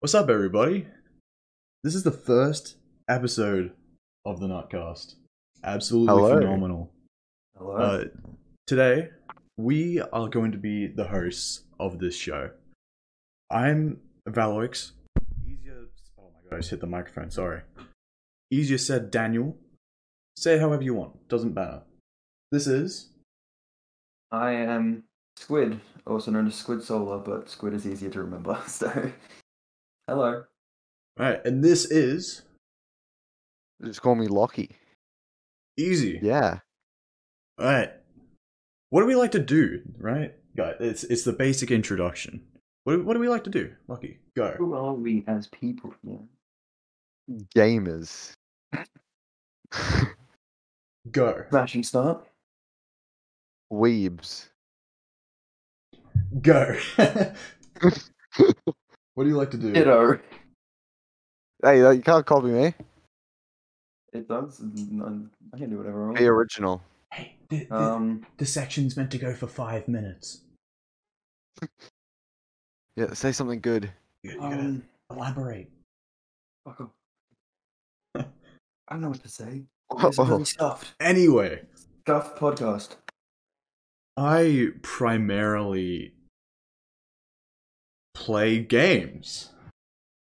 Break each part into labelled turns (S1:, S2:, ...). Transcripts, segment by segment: S1: What's up, everybody? This is the first episode of the Nutcast. Absolutely
S2: Hello.
S1: phenomenal.
S2: Hello.
S1: Uh, today, we are going to be the hosts of this show. I'm Valoix. Easier. Oh my god, I just hit the microphone, sorry. Easier said, Daniel. Say it however you want, doesn't matter. This is.
S2: I am Squid, also known as Squid Solar, but Squid is easier to remember. So, hello.
S1: Alright, and this is.
S3: Just call me Lockie.
S1: Easy.
S3: Yeah.
S1: All right. What do we like to do, right? Guy, it's it's the basic introduction. What do, what do we like to do? Lucky, go.
S2: Who are we as people? Yeah.
S3: Gamers.
S1: Go.
S2: Smashing start.
S3: Weebs.
S1: Go. what do you like to do?
S2: Ditto.
S3: Hey, that- you can't copy me.
S2: It does. n- I can do whatever I
S3: Be
S2: want.
S3: original.
S1: Hey, the, the,
S2: Um,
S1: the section's meant to go for five minutes.
S3: Yeah, say something good.
S1: You, you gotta
S2: um,
S1: elaborate.
S2: fuck off. I don't know what to say.
S3: Oh,
S2: It's really
S3: What
S2: stuffed.
S1: Anyway,
S2: Stuffed podcast.
S1: I primarily play games.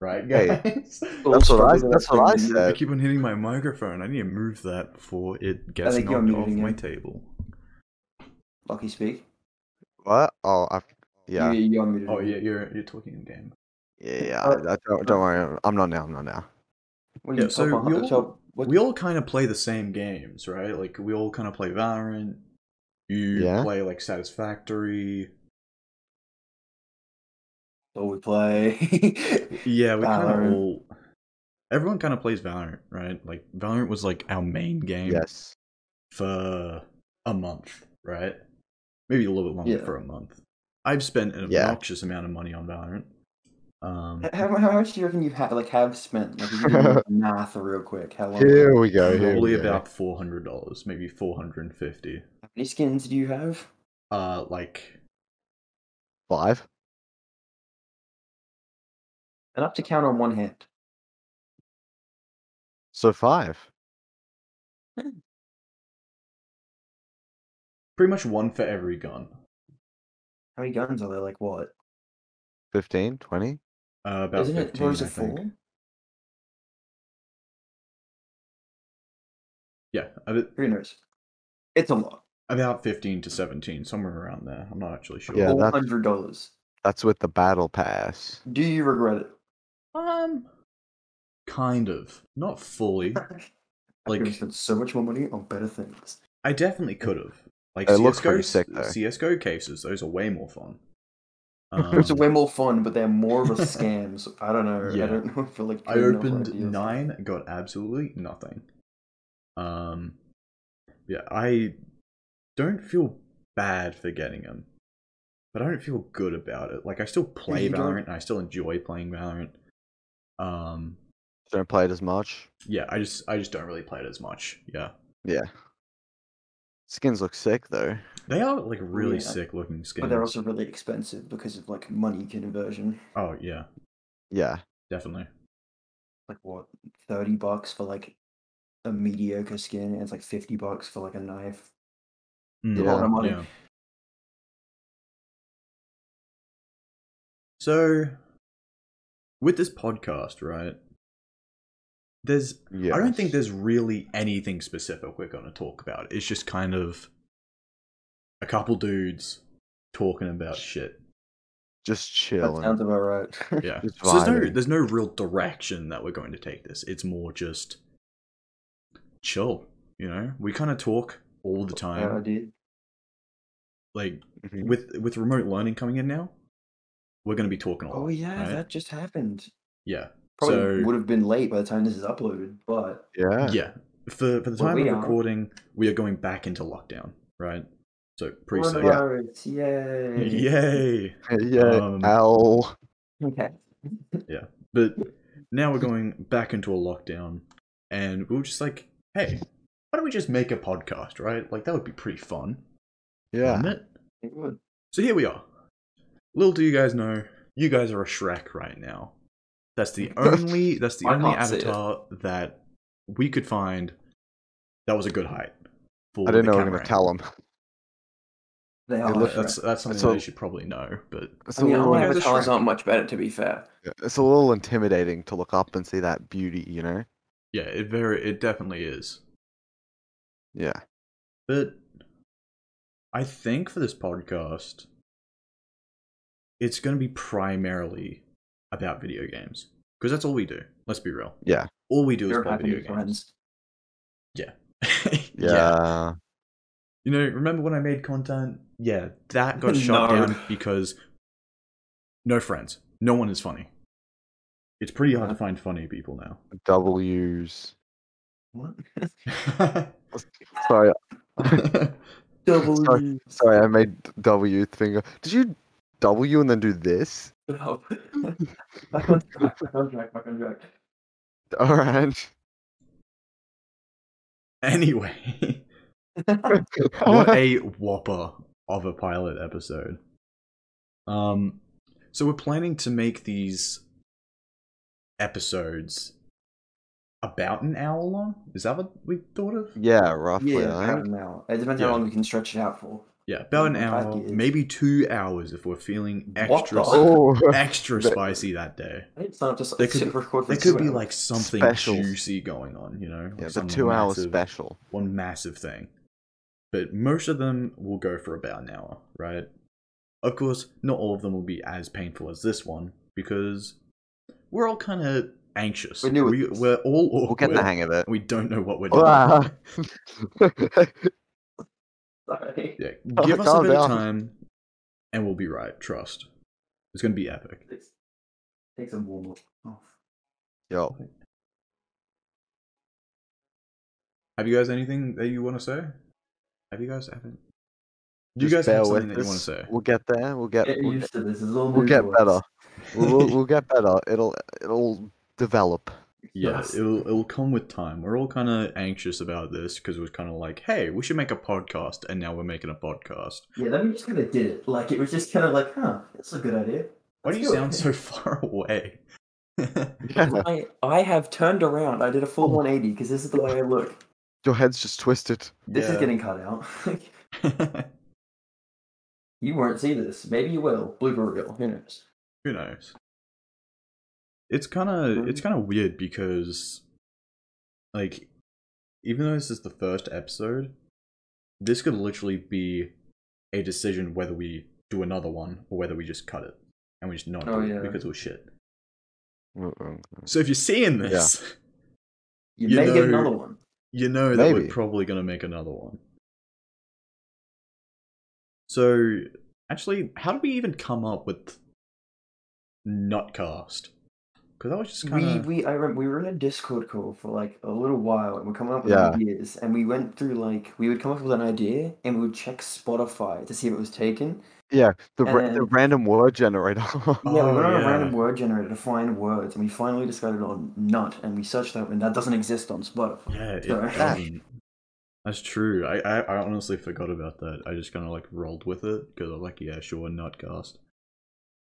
S1: Right,
S3: Hey.
S1: guys?
S3: That's what I- that's what I said.
S1: I keep on hitting my microphone. I need to move that before it gets
S2: think you're
S1: knocked off
S2: moving
S1: my
S2: it.
S1: table.
S2: Lucky speak.
S3: Oh, I, yeah.
S2: You, you're muted.
S1: Oh yeah, you're you're talking in game.
S3: Yeah, yeah.
S2: Uh,
S3: I- I don't, don't worry. I'm not now. I'm not now.
S2: What are you,
S1: Yeah, so
S2: top
S1: we
S2: 100?
S1: all-
S2: Top- what-
S1: We all kind of play the same games, right? Like we all kind of play Valorant. You
S3: Yeah.
S1: play like Satisfactory.
S2: all we play.
S1: Yeah, we kind of
S2: Valorant.
S1: all. Everyone kind of plays Valorant, right? Like Valorant was like our main game
S3: Yes.
S1: for a month, right? Maybe a little bit longer
S2: Yeah.
S1: for a month. I've spent an
S3: Yeah.
S1: obnoxious amount of money on Valorant. Um,
S2: How, mu- how much do you reckon you have like have spent? Like, if you do the math real quick. How long?
S3: Here we go. Here
S1: probably
S3: we go.
S1: about four hundred dollars, maybe four hundred and fifty.
S2: How many skins do you have?
S1: Uh, like
S3: five.
S2: Enough to count on one hand.
S3: So five.
S1: pretty much one for every gun.
S2: How many guns are there? Like what?
S3: 15, 20.
S1: Uh, about
S2: Isn't it
S1: 15,
S2: what is
S1: I
S2: it
S1: think.
S2: four?
S1: Yeah, ab-
S2: Who knows? It's a lot.
S1: about 15 to 17, somewhere around there. I'm not actually sure.
S3: Yeah,
S2: Four
S3: that's-
S2: hundred dollars.
S3: That's with the battle pass.
S2: Do you regret it?
S1: Um, kind of. Not fully.
S2: I could have
S1: Like,
S2: spent so much more money on better things.
S1: I definitely could have. Like,
S3: They look
S1: CSGO,
S3: pretty sick, though.
S1: CSGO cases, those are way more fun.
S2: It's
S1: Um,
S2: way more fun, but they're more of a scam. So I don't know.
S1: Yeah.
S2: I don't know. I feel like
S1: I
S2: good enough
S1: opened
S2: ideas.
S1: nine, got absolutely nothing. Um, yeah, I don't feel bad for getting them, but I don't feel good about it. Like I still play
S2: you don't-
S1: Valorant, and I still enjoy playing Valorant. Um,
S3: Don't play it as much.
S1: yeah, I just I just don't really play it as much. Yeah,
S3: Yeah. Skins look sick though.
S1: they are like really
S2: Yeah.
S1: sick looking skins.
S2: But they're also really expensive because of like money conversion.
S1: oh yeah,
S3: Yeah.
S1: definitely.
S2: like what thirty bucks for like a mediocre skin, and it's like fifty bucks for like a knife.
S1: Mm,
S3: Yeah.
S2: lot of money.
S1: yeah. So, with this podcast, right? There's
S3: Yeah.
S1: I don't think there's really anything specific we're going to talk about. It's just kind of a couple dudes talking about shit.
S3: just
S2: That
S3: chilling.
S2: sounds about right.
S1: Yeah.
S3: Just
S1: So there's no
S3: vibing.
S1: there's no real direction that we're going to take this. It's more just chill, you know? We kind of talk all the
S2: Yeah, I
S1: time.
S2: did.
S1: Like
S2: Hmm.
S3: Mhm.
S1: with with remote learning coming in now, we're going to be talking a lot.
S2: Oh yeah,
S1: right?
S2: that just happened.
S1: yeah.
S2: Probably
S1: So-
S2: would have been late by the time this is uploaded, but
S3: Yeah.
S1: Yeah. For for the
S2: Well,
S1: time
S2: we
S1: of
S2: are.
S1: recording, we are going back into lockdown, right? So pretty soon.
S2: coronavirus, yay!
S1: Yay.
S3: yeah,
S1: Um,
S3: owl.
S2: Okay.
S1: But now we're going back into a lockdown, and we were just like, hey, why don't we just make a podcast, right? Like, that would be pretty fun,
S3: Yeah.
S1: wouldn't it?
S2: It would.
S1: So here we are. Little do you guys know, you guys are a Shrek right now. That's the only that's the
S2: I
S1: only
S2: can't see it.
S1: avatar that we could find that was a good height. For
S3: I don't
S1: the
S3: know. I'm
S1: camera
S3: gonna tell them.
S2: They
S3: It
S2: are.
S1: angle.
S3: look-
S2: much
S1: That's
S2: better.
S1: that's something
S3: That's
S1: that
S3: all-
S1: you should probably know, but
S3: It's
S2: I
S3: a,
S2: mean,
S3: little,
S2: all
S1: Yeah, the
S2: avatars
S1: shrek.
S2: aren't much better, to be fair.
S3: it's a little intimidating to look up and see that beauty. You know?
S1: yeah, it very it definitely is.
S3: Yeah.
S1: But I think for this podcast, it's going to be primarily about video games because that's all we do. Let's be real.
S3: Yeah.
S1: All we do is
S2: You're
S1: play
S2: happy
S1: video
S2: with
S1: games.
S2: friends.
S3: Yeah.
S1: You know, remember when I made content? Yeah, that got shot
S2: No.
S1: down because no friends. No one is funny. It's pretty hard to find funny people
S3: W's.
S2: What?
S1: now.
S3: Sorry,
S2: W.
S3: sorry. I made W finger. Did you W and then do this?
S2: No. I contract, I contract, I contract.
S3: All right.
S1: anyway, what a whopper of a pilot episode. Um, so we're planning to make these episodes about an hour long. Is that what we thought of?
S3: yeah, roughly.
S2: Yeah,
S3: right?
S2: about an hour. It depends
S1: Yeah.
S2: how long we can stretch it out for.
S1: Yeah, about an
S2: Yeah, I
S1: hour,
S2: think it is.
S1: maybe two hours if we're feeling
S2: What
S1: extra
S2: the-
S3: Oh,
S1: extra
S3: But-
S1: spicy that day.
S2: It's not just
S1: There
S2: it's
S1: could-
S2: just record for
S1: There could
S2: two
S1: be
S2: hours.
S1: like something
S3: Specials.
S1: juicy going on, you know?
S3: yeah, the
S1: some
S3: two-hour
S1: massive-
S3: special.
S1: one massive thing. But most of them will go for about an hour, right? Of course, not all of them will be as painful as this one because we're all kind of anxious.
S3: We're new at
S1: we,
S3: this.
S1: we're all awkward.
S3: We'll get the hang of it.
S1: We don't know what we're doing.
S3: Ah.
S2: Sorry.
S1: yeah,
S3: Oh,
S1: give us a
S3: calm
S1: bit of
S3: down.
S1: time, and we'll be right. Trust. It's gonna be epic.
S2: Takes- Takes a warm up. Oh.
S3: Yo,
S1: Have you guys anything that you want to say? Have you guys haven't? Do you
S3: just
S1: guys
S3: bear
S1: have something
S3: with
S1: that you want
S3: us.
S1: to say?
S3: We'll get there. We'll get.
S2: Get
S3: We'll,
S2: used to this. It's all
S3: we'll
S2: new
S3: get
S2: to us.
S3: better. we'll, we'll, we'll get better. It'll it'll develop.
S1: Yeah,
S2: Yes.
S1: it'll it'll come with time. We're all kind of anxious about this because it was kind of like, hey, we should make a podcast, and now we're making a podcast.
S2: Yeah, then we just kind of did it. Like it was just kind of like, huh, that's a good idea.
S1: Why do
S2: Let's
S1: you
S2: do it.
S1: sound so far away?
S2: I, I have turned around. I did a full 180 because this is the way I look.
S3: Your head's just twisted.
S2: This is getting cut out. you won't see this. Maybe you will. Blooper reel. Who knows?
S1: Who knows? It's kind
S2: Um,
S1: of it's kind of weird because, like, even though this is the first episode, this could literally be a decision whether we do another one or whether we just cut it and we just not
S2: Oh,
S1: do it
S2: yeah.
S1: because it was shit.
S3: Mm-mm.
S1: So if you're seeing this.
S2: You,
S1: You
S2: may
S1: know-
S2: get another one.
S1: you know that we're
S3: Maybe.
S1: probably going to make another one. So, actually, how did we even come up with Nutcast? Because that was just kind of
S2: We we I remember we were in a Discord call for like a little while and we're coming up with
S3: Yeah.
S2: ideas and we went through like we would come up with an idea and we would check Spotify to see if it was taken.
S3: Yeah, the, ra- the
S2: And-
S3: random word generator.
S2: yeah, we
S1: Oh,
S2: went on a
S1: yeah.
S2: random word generator to find words and we finally decided on nut and we searched that and that doesn't exist on Spotify.
S1: yeah, it
S2: Sorry.
S1: doesn't. That's true. I, I I honestly forgot about that. I just kind of like rolled with it because I'm like, yeah, sure, Nutcast.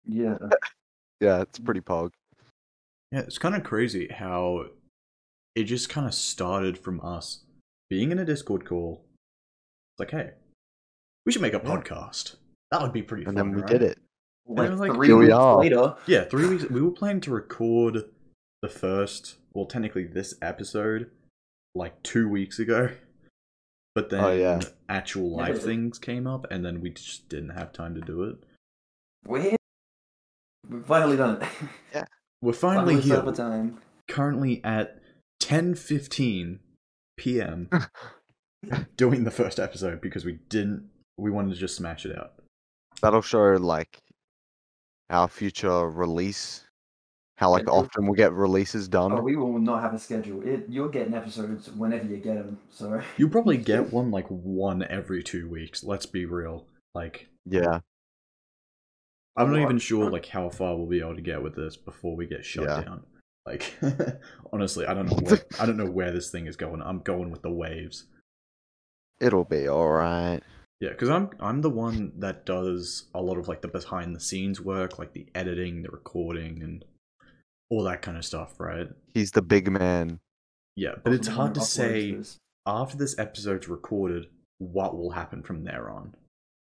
S2: Yeah.
S3: yeah, it's pretty pog.
S1: Yeah, it's kind of crazy how it just kind of started from us being in a Discord call. It's like, hey, we should make a
S3: Yeah.
S1: podcast. That would be pretty
S3: And
S1: fun.
S3: then we
S1: right?
S3: did it.
S1: it
S2: Like,
S1: was like,
S2: three
S3: here we
S2: weeks
S3: are.
S2: later.
S1: Yeah, three weeks. We were planning to record the first, well, technically this episode, like two weeks ago. But then
S3: Oh, yeah.
S1: actual live
S2: Yeah.
S1: things came up, and then we just didn't have time to do it.
S2: Where we've finally done it.
S1: We're finally,
S2: set
S1: here.
S2: up a time.
S1: currently at 10:15 p.m. doing the first episode because we didn't we wanted to just smash it out.
S3: That'll show like our future release. How like
S2: Yeah.
S3: often we get releases done.
S2: Oh, we will not have a schedule. It, you're getting episodes whenever you get them. So
S1: You probably get one like one every 2 weeks, let's be real. Like
S3: yeah,
S1: I'm not
S2: What?
S1: even sure like how far we'll be able to get with this before we get shut
S3: Yeah.
S1: down. Like honestly, I don't know where I don't know where this thing is going. I'm going with the waves.
S3: it'll be all right.
S1: Yeah, because I'm I'm the one that does a lot of like the behind the scenes work, like the editing, the recording, and all that kind of stuff, right?
S3: He's the big man.
S1: Yeah, but it's hard to
S2: Uploads
S1: say
S2: this.
S1: after this episode's recorded what will happen from there on.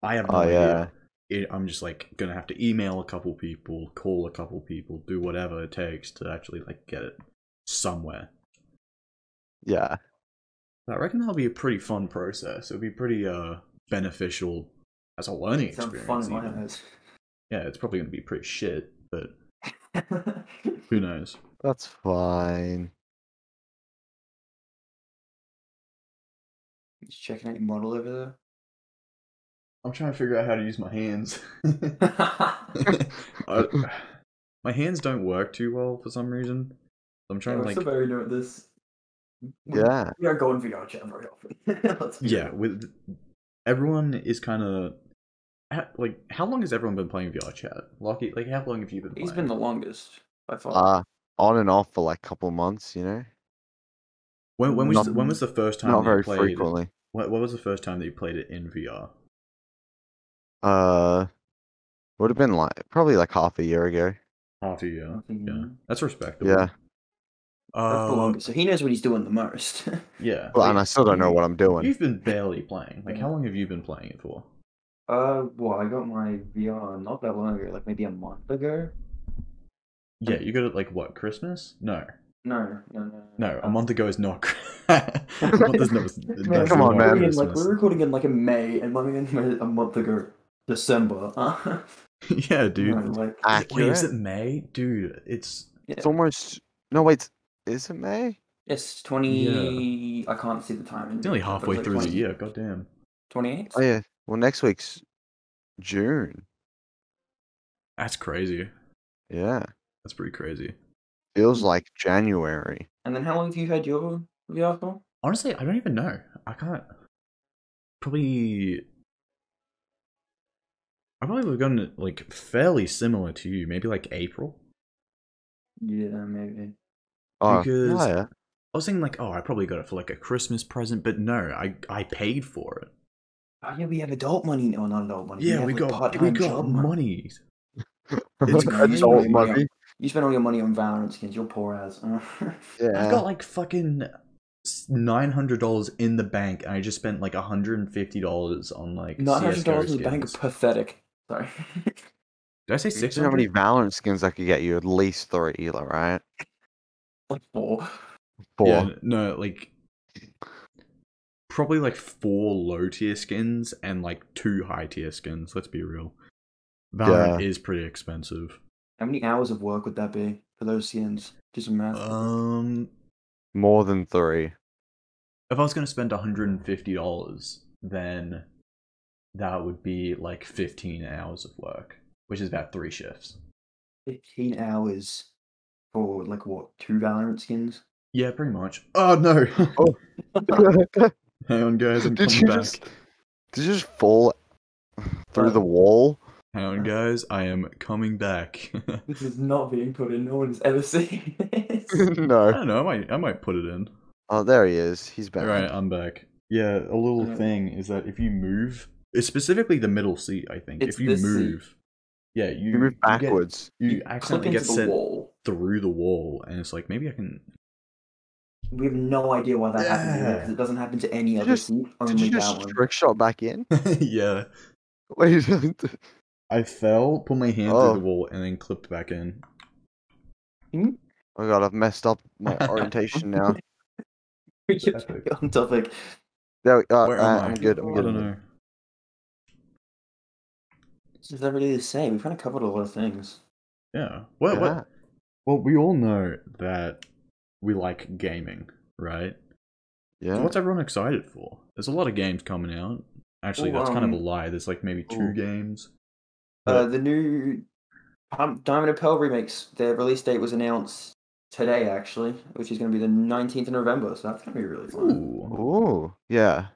S1: I have no
S3: Oh
S1: idea.
S3: yeah.
S1: it, I'm just like gonna have to email a couple people, call a couple people, do whatever it takes to actually like get it somewhere.
S3: Yeah.
S1: But I reckon that'll be a pretty fun process. It'll be pretty uh beneficial as a learning
S2: Sound fun
S1: experience.
S2: in my
S1: even.
S2: eyes.
S1: Yeah, it's probably gonna be pretty shit, but who knows?
S3: That's fine.
S2: Just checking out your model over
S1: I'm trying to figure out how to use my hands.
S2: there.
S1: I- my hands don't work too well for some reason. I'm trying
S2: Yeah,
S1: to
S2: we're
S1: like
S2: so very new at this. We-
S3: Yeah.
S2: We are going VR chat very often. Let's be
S1: yeah
S2: real.
S1: with everyone is kind of like how long has everyone been playing vr chat lucky like how long have you been
S2: He's been
S1: playing
S2: the longest by far.
S3: Uh on and off for like a couple months, you know?
S1: when, when was
S3: not-
S1: the, when was the first time
S3: Not
S1: that
S3: very
S1: you played
S3: frequently.
S1: What, what was the first time that you played it in vr
S3: Uh would have been like probably like half a year ago.
S1: half a
S3: Uh,
S1: year yeah
S2: Mhm.
S1: that's respectable
S3: Yeah.
S2: That's the
S1: uh,
S2: longest. So he knows what he's doing the most.
S1: yeah
S3: Well, and I still don't know
S1: you-
S3: what I'm doing.
S1: you've been barely playing like how long have you been playing it for
S2: uh, well, I got my VR not that long ago, like maybe a month ago.
S1: yeah you got it like what christmas no
S2: No, no, no.
S1: no a month ago is not a month is not,
S2: Man,
S1: is
S3: Come on,
S1: not
S3: man.
S2: We're in, like
S1: Christmas.
S2: we're recording in like in May, and I'm in a month ago, December. Uh,
S1: yeah dude
S2: no, like
S3: Ah.
S1: Wait, is
S3: Accurate.
S1: it May? Dude, it's
S3: It's almost no wait, is it May?
S2: it's twenty. I can't see the time.
S1: it's nearly
S2: but it's
S1: halfway
S2: like
S1: through
S2: 20
S1: the year. Goddamn.
S2: Twenty-eight.
S3: Oh yeah. Well next week's June.
S1: That's crazy.
S3: Yeah.
S1: That's pretty crazy. Hmm.
S3: Feels like January.
S2: And then how long have you had your VR for?
S1: Honestly, I don't even know. I can't. Probably. I probably would have gotten it like fairly similar to you, maybe like April.
S2: Yeah, maybe.
S3: Oh,
S1: Because-
S3: yeah.
S1: I was thinking like, oh, I probably got it for like a Christmas present, but no, I I paid for it.
S2: Oh yeah, we have adult money. No, not adult money.
S1: Yeah,
S2: have,
S1: we
S2: like,
S1: got we
S2: part-time
S1: got
S2: job
S1: money. It's
S3: It's
S1: crazy.
S3: adult money.
S2: You spend all your money on Valorant skins. You're poor as.
S3: Yeah.
S1: I've got like fucking nine hundred dollars in the bank, and I just spent like hundred and fifty dollars on like
S2: Nine hundred
S1: CS:GO
S2: dollars in the bank. is
S1: skins.
S2: Pathetic. Sorry.
S1: Did I say
S3: Do
S1: six
S3: you know how many
S1: hundred?
S3: Valorant skins I could get you? At least three, Ela, right?
S2: like four.
S3: Four.
S1: Yeah, no, like probably like four low tier skins and like two high tier skins. Let's be real. Valorant is pretty expensive.
S2: How many hours of work would that be for those skins? Just a math.
S1: Um,
S3: More than three.
S1: if I was gonna spend one hundred and fifty dollars, then that would be like fifteen hours of work, which is about three shifts.
S2: Fifteen hours for like what? Two Valorant skins.
S1: Yeah, pretty much. Oh no!
S3: Oh.
S1: Hang on, guys, I'm
S3: Did
S1: coming
S3: you
S1: back.
S3: just- Did you just fall
S1: Uh,
S3: through the wall?
S1: Hang on, guys, I am coming back. I
S2: This is not being put in. No one's ever seen this.
S3: no.
S1: don't know. I might, I might put it in.
S3: Oh, there he is. He's back.
S1: All right, I'm back. Yeah, a little
S2: Yeah.
S1: thing is that if you move, it's specifically the middle seat, I think.
S2: It's
S1: if you
S2: this seat.
S1: move, yeah, you,
S3: You move
S1: get-
S3: backwards.
S1: You,
S2: clip
S1: accidentally
S2: into
S1: get
S2: the
S1: sent
S2: wall.
S1: through the wall, and it's like maybe I can.
S2: We have no idea why that happened
S1: Yeah.
S2: because it doesn't happen to any
S3: you
S2: other
S3: just-
S2: seat.
S3: Did
S2: Only
S3: you
S2: that
S3: just
S2: one.
S3: trick shot back in?
S1: yeah,
S3: Wait.
S1: I fell, put my hand
S3: Oh.
S1: through the wall, and then clipped back in.
S3: oh god, I've messed up my orientation now.
S2: We keep
S1: Epic.
S2: on topic.
S3: There we uh,
S1: Where am
S3: uh,
S1: I?
S3: I'm good. I'm
S1: I don't
S3: good.
S1: know.
S2: This is not really the same. We've kind of covered a lot of things.
S1: Yeah. What? What?
S3: Yeah.
S1: Well, we all know that we like gaming, right? So
S3: Yeah.
S1: what's everyone excited for? There's a lot of games coming out. Actually,
S2: Ooh,
S1: that's kind of a
S2: um,
S1: lie. There's like maybe two
S3: ooh.
S1: games.
S2: Uh, the new Pump- Diamond and Pearl remakes. Their release date was announced today, actually, which is going to be the 19th of November. So that's going to be really fun.
S1: Ooh.
S3: Ooh, yeah.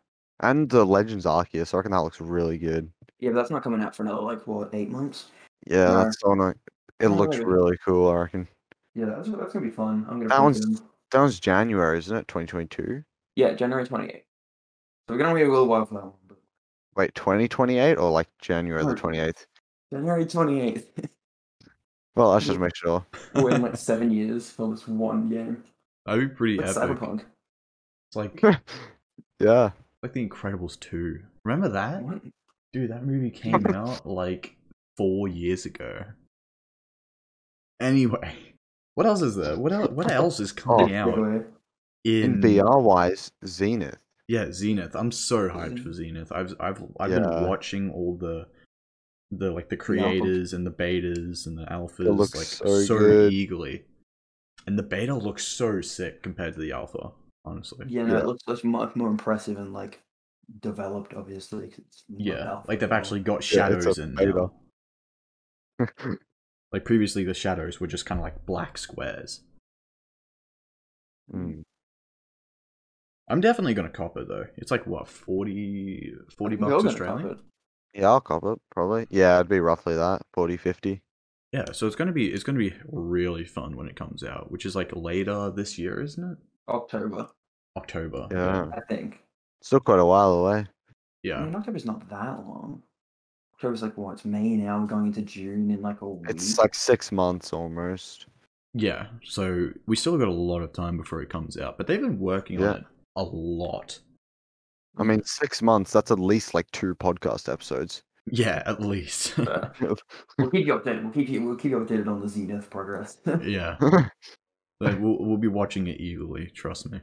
S3: And the Legends Arceus. I reckon that looks really good.
S2: Yeah, but that's not coming out for another like what eight months.
S3: Yeah,
S2: No.
S3: that's on a, It
S2: No,
S3: looks
S2: it-
S3: really cool. I reckon.
S2: Yeah, that's that's going to be fun. I'm going
S3: That
S2: to.
S3: one's- That was January, isn't it? 2022.
S2: Yeah, January 28th. So we're going to wait a little while for that one. But
S3: Wait, 2028 or like January the
S2: No.
S3: 28th?
S2: January 28th.
S3: Well, I should make sure.
S2: Or in like seven years for this one game.
S1: That'd be pretty
S2: Like
S1: epic.
S2: Cyberpunk.
S1: It's like
S3: yeah.
S1: like The Incredibles two. Remember that,
S2: What?
S1: dude? That movie came out like four years ago. Anyway, what else is there? What else? What else is coming out
S2: Anyway,
S1: in,
S3: Oh, In VR wise, Zenith.
S1: Yeah, Zenith. I'm so hyped for Zenith. I've I've I've
S3: Yeah.
S1: been watching all the the like the
S2: alpha.
S1: creators and the betas and the alphas
S3: looks
S1: like
S3: so
S1: so,
S3: good.
S1: eagerly. And the beta looks so sick compared to the alpha, honestly.
S2: yeah, no,
S3: Yeah.
S2: it looks, looks much more impressive and like developed, obviously. 'cause it's not
S1: Yeah,
S2: alpha
S1: like they've
S2: anymore.
S1: actually got
S3: Yeah, it's a
S1: shadows in
S3: beta.
S1: now. Like previously, the shadows were just kind of like black squares.
S3: Mm.
S1: I'm definitely gonna cop it though. It's like what 40, 40
S2: I think we're all
S1: bucks
S2: gonna
S1: Australian.
S2: cop it.
S3: Yeah, I'll cop it, probably. Yeah, it'd be roughly that 40, 50.
S1: Yeah, so it's gonna be it's gonna be really fun when it comes out, which is like later this year, isn't it?
S2: October,
S1: October.
S3: Yeah.
S2: I think.
S3: Still quite a while away.
S1: Yeah.
S2: I mean, October's not that long. October's like what? It's May now, going into June in like a week.
S3: It's like six months almost.
S1: Yeah, so we still got a lot of time before it comes out, but they've been working
S3: Yeah.
S1: on it a lot.
S3: I mean, six months, that's at least like two podcast episodes.
S1: Yeah, at least.
S2: Uh, we'll keep you updated. We'll keep you. We'll keep you updated on the Zenith progress.
S1: yeah, like, we'll we'll be watching it eagerly. Trust me,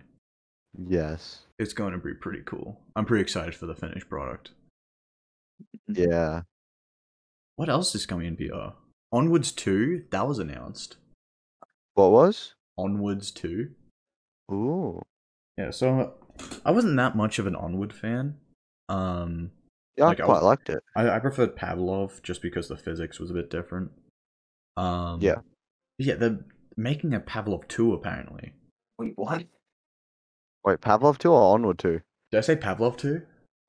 S3: yes.
S1: it's going to be pretty cool. I'm pretty excited for the finished product.
S3: Mm-hmm. Yeah.
S1: What else is coming in VR? Onwards two that was announced.
S3: What was?
S1: Onwards two.
S3: Ooh.
S1: Yeah, so I wasn't that much of an Onward fan. Um,
S3: Yeah,
S1: Like,
S3: I
S1: I
S3: quite
S1: was-
S3: liked it.
S1: I, I preferred Pavlov just because the physics was a bit different. Um,
S3: Yeah.
S1: yeah, they're making a Pavlov two apparently.
S2: Wait, what?
S3: Wait, Pavlov 2 or Onward 2?
S1: Did I say Pavlov two?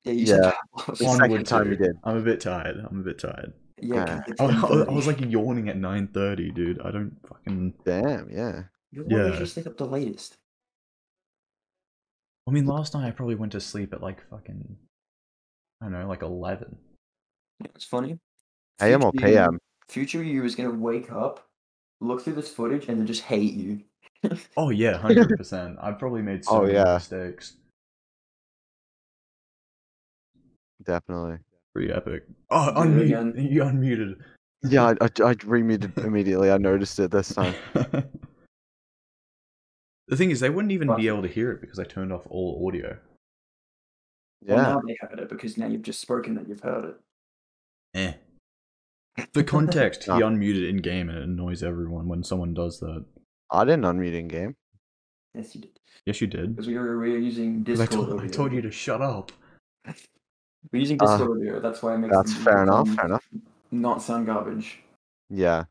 S2: Yeah, you said
S3: Yeah.
S2: Pavlov.
S3: The second time you did.
S1: I'm a bit tired. I'm a bit tired.
S2: Yeah,
S3: Uh,
S2: it's
S1: I, was- I was- I
S2: 10:30.
S1: was like yawning at nine thirty, dude. I don't fucking.
S3: Damn, yeah.
S2: You're the one who
S1: yeah.
S2: usually stays up the latest.
S1: I mean, last night I probably went to sleep at like fucking. I don't know, like eleven.
S2: You know, It's funny.
S3: AM um, or
S2: Future you-
S3: PM?
S2: Future you is gonna wake up, look through this footage, and then just hate you.
S1: Oh yeah, hundred percent. I've probably made so
S3: Oh,
S1: many
S3: yeah.
S1: mistakes.
S3: Definitely.
S1: Pretty epic. Oh,
S2: Do it
S1: unmute.
S2: again.
S1: You unmuted.
S3: Yeah, I, I, I remuted immediately. I noticed it this time.
S1: the thing is, they wouldn't even
S2: But-
S1: be able to hear it because I turned off all audio.
S3: Yeah.
S2: Well, now they heard it because now you've just spoken that you've heard it.
S1: Eh. For context, he
S3: Ah.
S1: unmuted in game and it annoys everyone when someone does that.
S3: I didn't unmute in game.
S2: Yes, you did.
S1: Yes, you did.
S2: Because we were, we were using
S1: 'Cause I
S2: Discord.
S1: told, I
S2: audio.
S1: told you to shut up.
S2: We're using
S3: Uh,
S2: Discord audio. That's why it makes
S3: That's
S2: them
S3: fair enough.
S2: sound-
S3: Fair enough.
S2: Not sound garbage
S3: Yeah,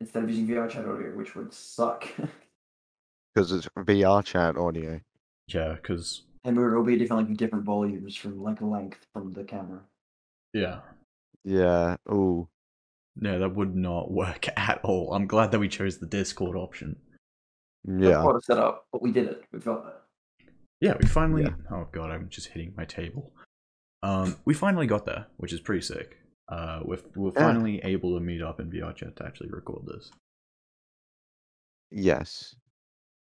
S2: instead of using VR chat audio, which would suck.
S3: because it's VR chat audio.
S1: Yeah, because,
S2: and we would all be different, like different volumes from like length from the camera.
S1: yeah.
S3: Yeah. Ooh.
S1: No, that would not work at all. I'm glad that we chose the Discord option.
S3: Yeah.
S2: Hard to set up, but we did it. We felt it.
S1: Yeah, we finally.
S3: Yeah.
S1: Oh god, I'm just hitting my table. Um, we finally got there, which is pretty sick. Uh, we're we're
S3: Yeah.
S1: finally able to meet up in VR chat to actually record this.
S3: Yes.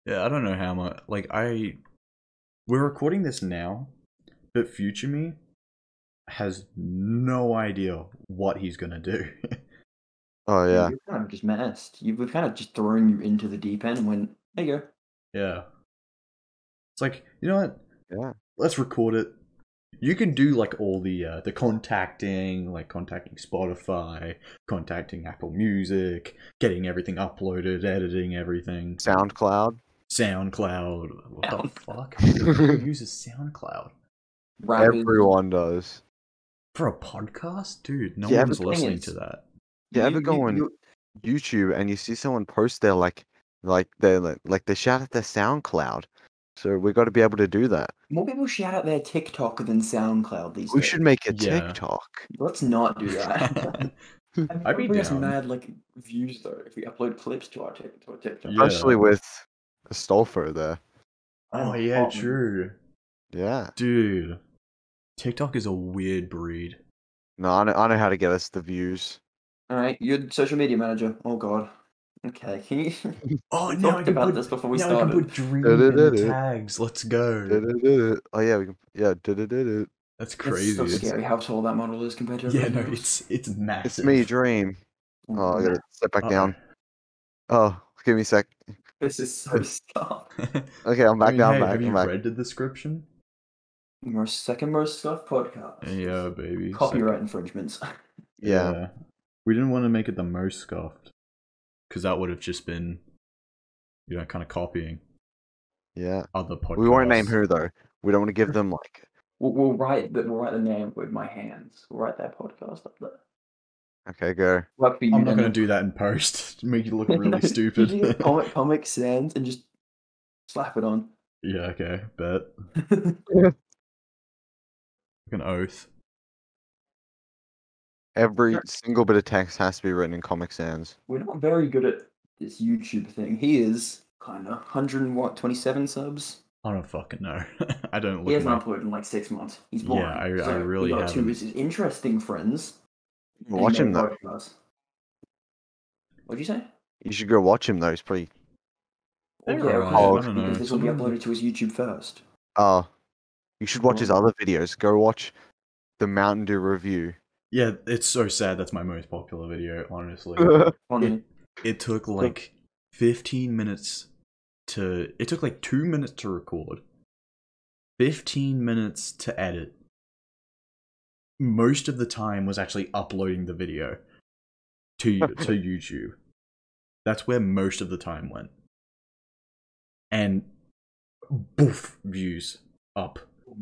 S1: Yeah, I don't know how much. Like, I. We're recording this now, but future me has no idea what he's gonna do.
S3: Oh yeah.
S2: You're kind of just messed. You, we've kind of just thrown you into the deep end and went, there you go.
S1: yeah. It's like, you know what?
S3: Yeah.
S1: Let's record it. You can do like all the uh, the contacting, like contacting Spotify, contacting Apple Music, getting everything uploaded, editing everything.
S3: SoundCloud.
S1: SoundCloud. What the fuck? Who
S3: Everyone
S1: uses SoundCloud?
S2: Rappers,
S3: does.
S1: For a podcast? Dude, no
S3: Yeah,
S1: one's
S2: but the thing
S1: listening
S2: is-
S1: to that.
S3: You ever
S2: you-
S3: go
S2: you-
S3: on
S2: you-
S3: YouTube and you see someone post their like, like they like, like they shout at their SoundCloud. So we got to be able to do that.
S2: More people shout out their TikTok than SoundCloud these
S3: We
S2: days.
S3: should make a
S1: Yeah.
S3: TikTok.
S2: Let's not do that.
S1: I'd be
S2: Bring us
S1: down.
S2: mad like views though if we upload clips to our Tik- to our TikTok.
S1: Yeah.
S3: Especially with Astolfo there.
S1: oh, yeah,
S2: Oh.
S1: true.
S3: Yeah.
S1: Dude, TikTok is a weird breed.
S3: No, I know, I know how to get us the views.
S2: All right, you're the social media manager. Oh god, Okay, can you
S1: Oh,
S2: we
S1: now I
S2: talked
S1: can
S2: about
S1: put,
S2: this before we
S1: now I can
S2: started?
S1: put dream in
S3: Da-da-da-da.
S1: the tags. Let's go.
S3: Du-du-du-du. Oh yeah, we can, yeah. du-du-du-du.
S1: That's
S2: It's
S1: crazy.
S2: so
S1: It's-
S2: scary how tall that model is compared to
S1: yeah,
S2: everyone
S1: no,
S2: else.
S1: it's it's massive. Uh,
S3: It's me, Dream. Oh, I gotta step back
S1: Uh-oh.
S3: down. Oh, give me a sec.
S2: This is so stuff.
S3: Okay, I'm
S1: I
S3: back
S1: mean,
S3: now.
S1: hey,
S3: I'm
S1: have you
S3: back. I'm back.
S1: read the description?
S2: Most second most stuff podcast.
S3: uh,
S1: Yeah, baby. so-
S2: Copyright infringements.
S3: Yeah.
S1: We didn't want to make it the most scuffed because that would have just been, you know, kind of copying
S3: Yeah.
S1: other podcasts.
S3: We won't name who though. We don't want to give them like.
S2: We'll, we'll write the we'll write the name with my hands. We'll write that podcast up there.
S3: Okay, go.
S2: Work for you,
S1: I'm not going
S2: Daniel.
S1: to do that in post. Make you look
S2: No,
S1: really
S2: you
S1: stupid.
S2: just get comic comic sans and just slap it on.
S1: yeah, okay. Bet. Like an oath.
S3: Every
S2: Sure.
S3: single bit of text has to be written in Comic Sans.
S2: We're not very good at this YouTube thing. He is kind of hundred and what twenty seven subs.
S1: I don't fucking know. I don't
S2: he
S1: look.
S2: hasn't
S1: Like,
S2: uploaded in like six months. He's
S1: Yeah,
S2: blind.
S1: I- I really
S2: we got
S1: haven't.
S2: two of his interesting friends. and he
S3: Watch
S2: made
S3: him though.
S2: podcasts. What'd you say?
S3: You should go watch him though. He's pretty.
S1: They're
S2: yeah,
S1: alright,
S3: I
S2: because
S1: don't know,
S2: because this will be
S1: some of them-
S2: uploaded to his YouTube first.
S3: Oh, you should watch his
S2: Well-
S3: other videos. Go watch the Mountain Dew review.
S1: yeah, it's so sad. That's my most popular video. Honestly,
S2: Funny.
S1: it took like 15 minutes to. It took like two minutes to record, 15 minutes to edit. Most of the time was actually uploading the video to to YouTube. That's where most of the time went, and boof views up,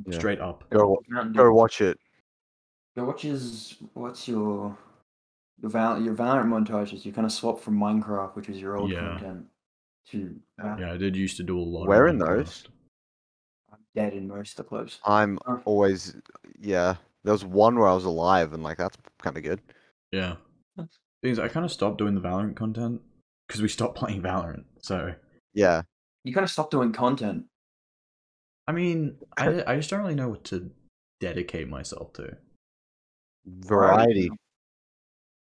S3: Yeah.
S1: straight up.
S3: Go wa-
S2: Mountain Dew.
S3: go watch it.
S2: Your watch is what's your your Val your Valorant montages? You kind of swap from Minecraft, which was your old
S1: Yeah.
S2: content, to uh,
S1: Yeah, I did used to do a lot. of
S3: Wearing
S1: Minecraft.
S3: those?
S2: I'm dead in most of the clubs.
S3: I'm
S2: Oh.
S3: always yeah. There was one where I was alive and like that's kind of good.
S1: Yeah.
S2: That's-
S1: Things I kind of stopped doing the Valorant content because we stopped playing Valorant. So
S3: Yeah.
S2: You kind of stopped doing content.
S1: I mean, I I just don't really know what to dedicate myself to.
S3: Variety.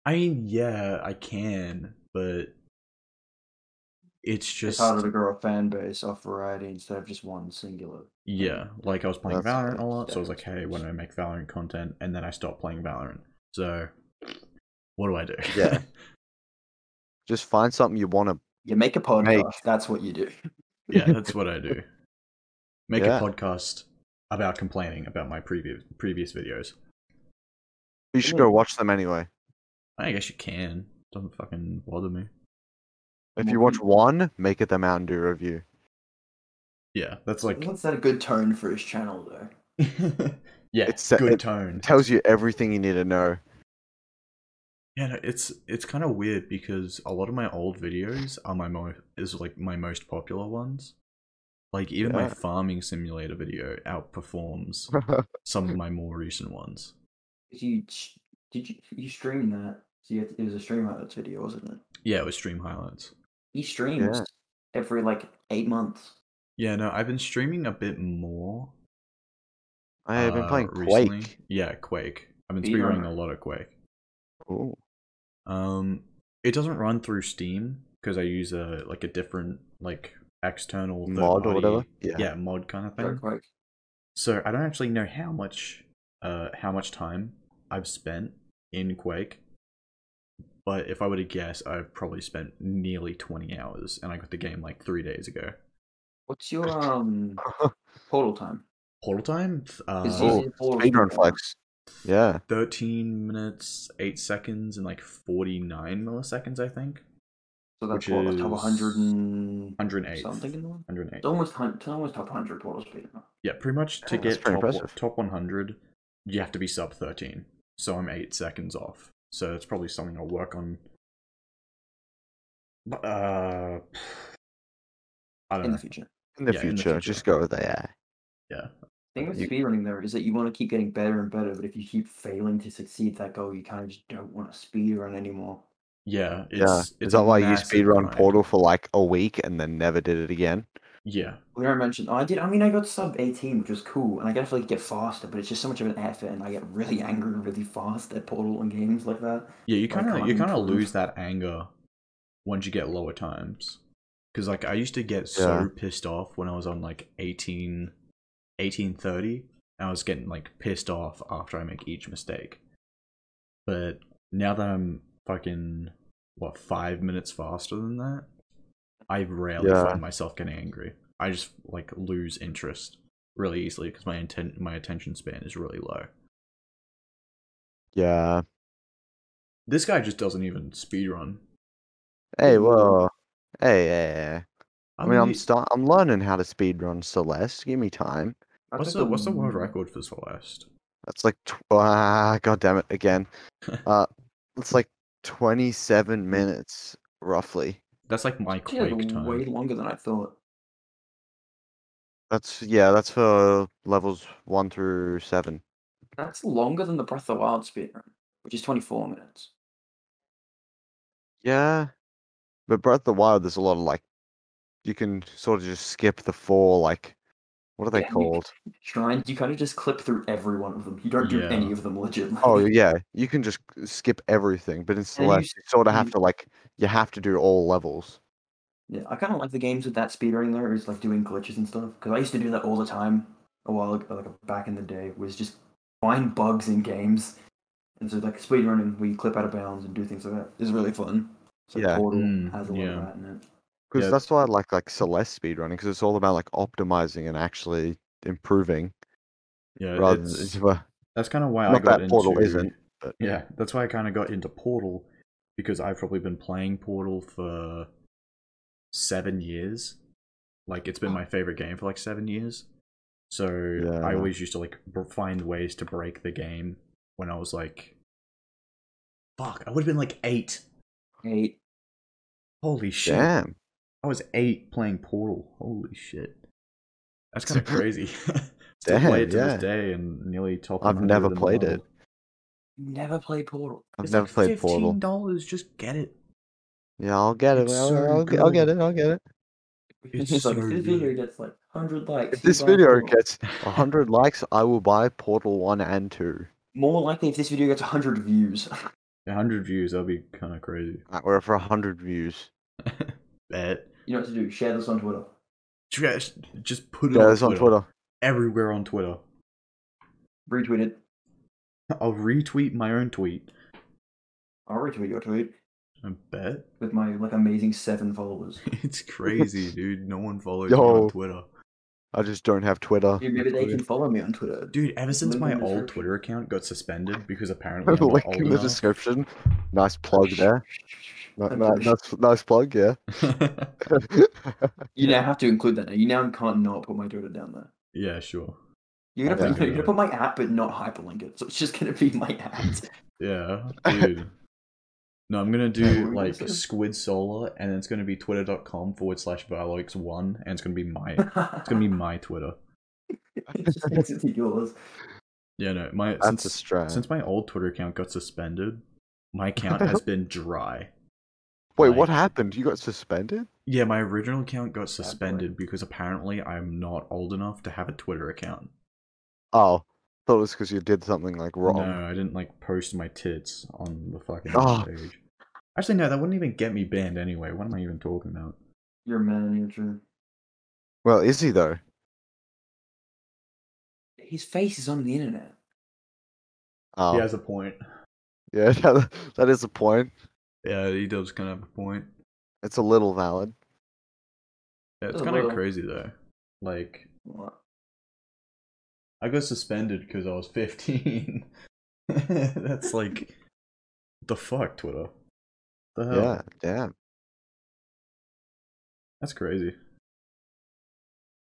S1: I mean, yeah, I can, but it's
S2: It's
S1: just
S2: harder to grow a fan base off variety instead of just one singular.
S1: yeah. Like I was playing
S3: That's-
S1: Valorant a
S3: that's
S1: lot, so I was like,
S2: definitely
S1: hey, why don't I make Valorant content? And then I stopped playing Valorant. So what do I do?
S3: Yeah. Just find something you want to.
S2: You make a podcast. That's what you do.
S1: yeah, that's what I do. Make
S3: Yeah.
S1: a podcast about complaining about my previous previous videos.
S3: You should go watch them anyway.
S1: I guess you can. Doesn't fucking bother me.
S3: If
S2: More
S3: you watch
S2: people.
S3: one, make it the Mountain Dew review.
S1: Yeah, that's like
S2: What's that a good tone for his channel though?
S1: yeah,
S3: It's set-
S1: good
S3: it-
S1: tone.
S3: It tells you everything you need to know.
S1: Yeah, no, it's it's kind of weird because a lot of my old videos are my mo is like my most popular ones. Like even my
S3: Yeah.
S1: farming simulator video outperforms some of my more recent ones.
S2: Did you did you you stream that? So you had to, it was a stream highlights video, wasn't it?
S1: Yeah, with stream highlights.
S2: He streams every like eight months.
S1: Yeah, no, I've been streaming a bit more.
S3: I have been
S1: uh,
S3: playing
S1: recently.
S3: Quake.
S1: Yeah, Quake. I've been
S2: Yeah.
S1: speedrunning a lot of Quake.
S3: Ooh.
S1: Um, it doesn't run through Steam because I use a like a different like external third
S3: Mod or whatever?
S1: party-
S3: Yeah.
S1: Yeah. mod kind of
S2: Very
S1: thing.
S2: quick.
S1: So I don't actually know how much uh how much time I've spent in Quake. But if I were to guess, I've probably spent nearly 20 hours and I got the game like 3 days ago.
S2: What's your um portal time?
S1: Portal time
S2: Is
S1: uh
S2: it
S3: Oh,
S2: easier portal than
S3: Speedrun
S2: portal?
S3: flex. Yeah.
S1: 13 minutes, 8 seconds and like 49 milliseconds I think.
S2: So that's
S1: which
S2: what, like top
S1: is
S2: 100 and
S1: 108.
S2: something in the one? It's
S1: 108.
S2: almost, hun- it's almost top 100 portal speed. now.
S1: Yeah, pretty much to
S3: Yeah,
S1: get
S3: that's
S1: top,
S3: pretty
S1: one-
S3: impressive.
S1: top 100, you have to be sub 13. So I'm 8 seconds off. So it's probably something I'll work on. But, Uh, I don't
S2: In the
S1: know.
S2: future.
S3: In the,
S1: Yeah, in the
S3: future,
S1: future.
S3: just go there.
S1: Yeah.
S2: The thing with
S3: You-
S2: speedrunning, though, is that you want to keep getting better and better, but if you keep failing to succeed that goal, you kind of just don't want to speedrun anymore.
S1: Yeah. It's,
S3: yeah.
S1: It's
S3: Is
S1: a
S3: that why you
S1: massive
S3: speedrun
S1: grind.
S3: Portal for like a week and then never did it again?
S1: Yeah.
S2: We don't mention, I did, I mean, I got sub 18, which was cool, and I definitely get faster, but it's just so much of an effort, and I get really angry really fast at portal and games like that.
S1: Yeah, you
S2: Like,
S1: kind of you
S2: I'm
S1: kind of
S2: improved.
S1: lose that anger once you get lower times. Because like I used to get
S3: Yeah.
S1: so pissed off when I was on like 18, 1830. I was getting like pissed off after I make each mistake. But now that I'm fucking what five minutes faster than that, I rarely
S3: Yeah.
S1: find myself getting angry. I just like lose interest really easily because my intent my attention span is really low.
S3: Yeah.
S1: This guy just doesn't even speedrun.
S3: Hey,
S1: Ooh.
S3: well. Hey, hey, hey. I mean, I'm
S1: the-
S3: start. I'm learning how to speedrun Celeste. Give me time.
S2: I
S1: what's
S2: think
S1: the um, what's the world record for Celeste?
S3: That's like, tw- ah, god damn it again. uh, it's like 27 minutes roughly.
S1: That's like my
S2: She has
S1: quake time.
S2: way longer than I thought.
S3: That's yeah. That's for levels one through seven.
S2: That's longer than the Breath of the Wild speedrun, which is 24 minutes.
S3: Yeah, but Breath of the Wild, there's a lot of like, you can sort of just skip the four. Like, what are they
S2: Yeah, you-
S3: called?
S2: Shrines, you kind of just clip through every one of them. You don't do
S1: Yeah.
S2: any of them legitimately.
S3: Oh yeah, you can just skip everything. But in Celeste, you, sort of have
S2: you-
S3: to like, you have to do all levels.
S2: Yeah, I kind of like the games with that speedrunning there is like doing glitches and stuff because I used to do that all the time a while ago, like back in the day, was just find bugs in games. And so like speedrunning, we clip out of bounds and do things like that is really fun. So
S3: Yeah.
S2: Portal
S1: Mm,
S2: has a lot
S1: yeah.
S2: of that in it.
S3: Because
S1: Yeah.
S3: that's why I like like Celeste speedrunning because it's all about like optimizing and actually improving.
S1: Yeah,
S3: Rather, than,
S1: Uh, it's-
S3: it's about-
S1: that's kind of why I
S3: not
S1: got
S3: that
S1: into
S3: Portal isn't, but-
S1: yeah, that's why I kind of got into Portal because I've probably been playing Portal for seven years. Like it's been my favorite game for like seven years. So I
S3: Yeah.
S1: always used to like br- find ways to break the game when I was like, fuck, I would have been like eight.
S2: Eight.
S1: Holy shit!
S3: damn.
S1: I was eight playing Portal. Holy shit! That's kind of crazy. Still
S3: Damn,
S1: play it to
S3: yeah.
S1: this day and nearly top.
S3: I've
S1: 100
S3: never
S1: in the
S3: played
S1: world.
S3: it.
S2: Never played Portal.
S3: I've
S1: It's
S3: never
S1: like
S3: played Portal.
S1: dollars. Just get it.
S3: Yeah, I'll get it.
S1: It's
S3: I'll,
S1: so
S3: I'll, get- I'll get
S1: good.
S3: it. I'll get it.
S1: It's
S2: like if
S1: so
S2: this video
S1: good.
S2: gets like 100 likes.
S3: If
S2: you
S3: this
S2: buy
S3: video
S2: Portal.
S3: gets 100 likes, I will buy Portal 1 and 2.
S2: More likely if this video gets 100 views.
S1: 100 views, that'd be kind of crazy.
S3: Alright, We're uh, for 100 views.
S1: Bet.
S2: you know what to do. Share this on Twitter.
S1: Just, just put it
S3: Yeah,
S1: on,
S3: it's
S1: Twitter.
S3: on Twitter.
S1: Everywhere on Twitter.
S2: Retweet it.
S1: I'll retweet my own tweet.
S2: I'll retweet your tweet
S1: I bet.
S2: with my like amazing seven followers.
S1: It's crazy, dude. No one follows me
S3: Yo.
S1: on Twitter.
S3: I just don't have Twitter.
S2: Dude, maybe they can follow me on Twitter.
S1: Dude, ever since
S2: Link
S1: my
S2: in the
S1: old
S2: description.
S1: Twitter account got suspended because apparently I'm not
S3: Link
S1: old
S3: in the
S1: enough.
S3: description. Nice plug there. Ni-
S2: I'm
S3: ni-
S2: pretty sure-
S3: Nice, nice plug, yeah.
S2: You now have to include that. Now. You now can't not put my Twitter down there.
S1: yeah, sure.
S2: You're gonna,
S3: Yeah.
S2: put, you're gonna put my app, but not hyperlink it. So it's just gonna be my app.
S1: Yeah, dude. No, I'm gonna
S2: Yeah, what were you
S1: do
S2: gonna
S1: like
S2: say?
S1: squid solar, and it's gonna be twitter.com forward slash Valix one, and it's gonna be my it's gonna be my Twitter.
S2: It's just next to yours.
S1: Yeah, no, my
S3: That's a
S1: since-
S3: strat.
S1: Since my old Twitter account got suspended, my account has been dry.
S3: Wait, what
S1: like-
S3: happened? You got suspended?
S1: Yeah, my original account got suspended because apparently I'm not old enough to have a Twitter account.
S3: Oh, thought it was because you did something like wrong.
S1: No, I didn't like post my tits on the fucking
S3: Ah.
S1: page. Actually, no, that wouldn't even get me banned anyway. What am I even talking about?
S2: You're a man, you're true.
S3: Well, is he though?
S2: His face is on the internet.
S3: Oh,
S1: He
S3: yeah,
S1: has a point.
S3: that- that is a point.
S1: Yeah, he does kind of have a point.
S3: It's a little valid.
S1: Yeah, it's
S2: Oh,
S1: kind of
S2: well.
S1: crazy though. Like,
S2: What?
S1: I got suspended because I was 15. That's like, the fuck, Twitter. The hell?
S3: Yeah, damn.
S1: That's crazy.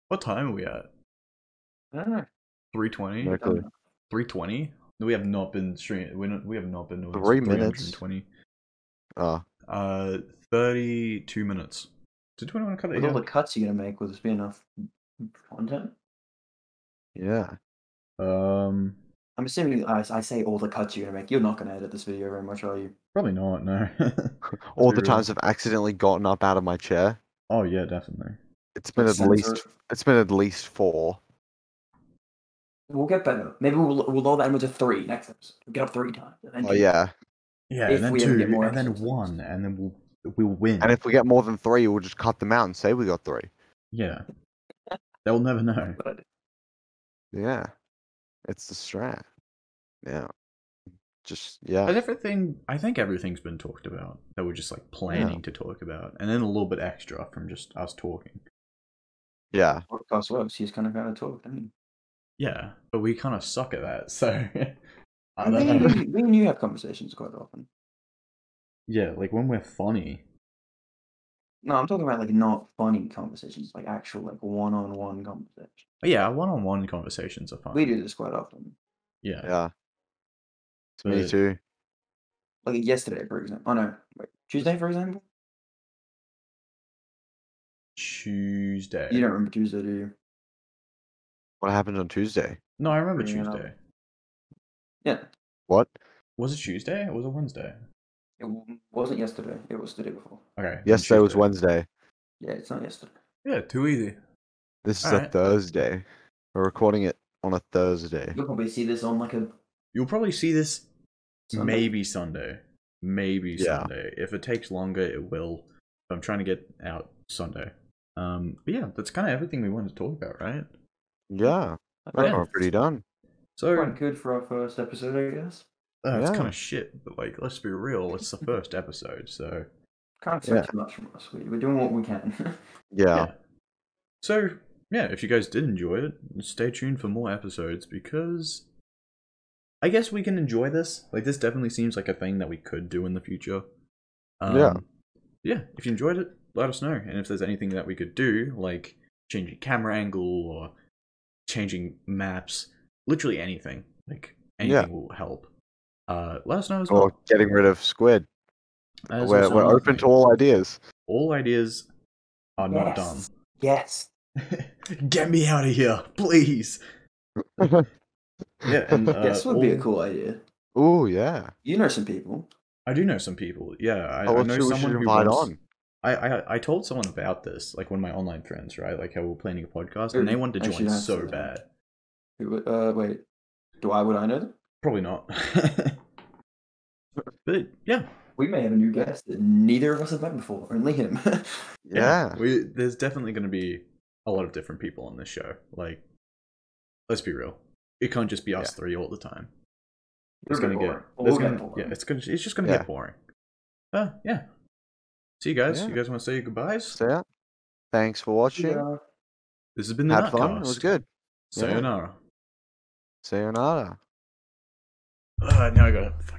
S1: What time are we at?
S2: I don't know.
S1: 320?
S3: No
S2: don't
S3: clue.
S2: know.
S1: 320? No, we have not been stream. We don't, we have not been doing this
S3: Three
S1: for
S3: minutes.
S1: 320.
S3: Oh,
S1: Uh, 32 minutes. Did anyone cut it?
S2: With all the
S1: Yeah.
S2: cuts you're gonna make, will this be enough content?
S3: yeah.
S1: Um,
S2: I'm assuming I, I say all the cuts you're gonna make. You're not gonna edit this video very much, are you?
S1: probably not. No.
S3: All
S1: be real.
S3: the times I've accidentally gotten up out of my chair.
S1: oh yeah, definitely.
S3: It's been at
S2: Censor
S3: least
S2: it.
S3: it's been at least four.
S2: We'll get better. Maybe we'll we'll lower that number to three next episode. We'll get up three times.
S3: Oh yeah.
S1: Yeah,
S2: If
S1: and then
S2: we ever
S1: two,
S2: get more
S1: and then
S2: episodes.
S1: one, and then we'll we'll win.
S3: And if we get more than three, we'll just cut them out and say we got three.
S1: yeah, they'll never know.
S2: But
S3: Yeah. It's the strat. Yeah. Just, yeah.
S1: But everything, I think everything's been talked about that we're just like planning to talk about, and then a little bit extra from just us talking.
S3: Yeah.
S2: podcast works. He's kind of out of talk. I mean,
S1: Yeah, but we kind of suck at that, so I
S2: I
S1: don't
S2: mean,
S1: know.
S2: we, we and you have conversations quite often.
S1: Yeah, like when we're funny.
S2: No, I'm talking about like not funny conversations, like actual like one-on-one conversations.
S1: But yeah, one-on-one conversations are fun.
S2: We do this quite often.
S1: Yeah,
S3: Yeah. It's me
S1: But-
S3: too.
S2: Like yesterday, for example. Oh no, wait, Tuesday, for example.
S1: Tuesday.
S2: You don't remember Tuesday, do you?
S3: What happened on Tuesday?
S1: no, I remember
S2: Bring it up.
S1: Tuesday.
S2: Yeah,
S3: What?
S1: Was it Tuesday or was it Wednesday?
S2: it w- wasn't yesterday. It was the day before.
S1: Okay. then
S3: Yesterday was
S1: Tuesday.
S3: Wednesday.
S2: Yeah, it's not yesterday.
S1: Yeah, too easy.
S3: This is a
S1: Alright.
S3: Thursday. We're recording it on a Thursday.
S2: You'll probably see this on like a
S1: You'll probably see this
S2: Sunday.
S1: maybe Sunday. Maybe
S3: Yeah.
S1: Sunday. If it takes longer, it will. I'm trying to get out Sunday. Um, but yeah, that's kind of everything we wanted to talk about, right?
S3: Yeah.
S2: I
S3: I
S2: think
S3: think we're pretty done.
S1: So
S2: Quite good for our first episode, I guess.
S1: uh, it's
S3: Yeah.
S1: kind of shit, but like, let's be real. It's the first episode, so
S2: Can't expect
S3: Yeah.
S2: too much from us. We- We're doing what we can.
S3: Yeah.
S1: Yeah. So, yeah, if you guys did enjoy it, stay tuned for more episodes because I guess we can enjoy this. Like, this definitely seems like a thing that we could do in the future. Um,
S3: Yeah.
S1: Yeah, if you enjoyed it, let us know. And if there's anything that we could do, like changing camera angle or changing maps, literally anything, like
S3: Yeah.
S1: anything will help. Uh, let us know as
S3: Or
S1: well.
S3: getting rid of squid.
S1: That is
S3: We're,
S1: also
S3: we're
S1: another
S3: open
S1: thing.
S3: to all ideas.
S1: All ideas are not dumb.
S2: Yes. yes.
S1: Get me out of here, please. Yeah, and uh,
S2: this would be a
S1: all-
S2: cool idea.
S3: Ooh, yeah.
S2: You know some people.
S1: I do know some people. Yeah, I,
S3: Oh,
S1: I
S3: well,
S1: know
S3: should- we
S1: someone
S3: should
S1: who
S3: invite
S1: wants-
S3: on.
S1: I, I I told someone about this, like one of my online friends, right? Like how we were planning a podcast, and they
S2: Ooh,
S1: wanted to
S2: I
S1: join
S2: should ask
S1: so
S2: them.
S1: bad.
S2: Who would- Uh, wait. Do I would I know them?
S1: Probably not. but yeah,
S2: We may have a new guest that neither of us have met before. Only him.
S3: Yeah.
S1: We there's definitely going to be a lot of different people on this show. Like, let's be real, it can't just be us three all the time. It's
S2: We're
S1: gonna
S2: a bit
S1: get
S2: boring.
S1: it's
S2: We're a bit
S1: gonna yeah
S2: boring.
S1: it's gonna it's just gonna
S3: Yeah.
S1: get boring. Uh, yeah. See you guys.
S3: Yeah.
S1: You guys want to say your goodbyes?
S3: So, yeah. Thanks for watching.
S2: Yeah.
S1: This has been the
S3: Had fun. It was
S1: Nutcast.
S3: good. Yeah.
S1: Sayonara.
S3: Sayonara.
S1: Uh, now I gotta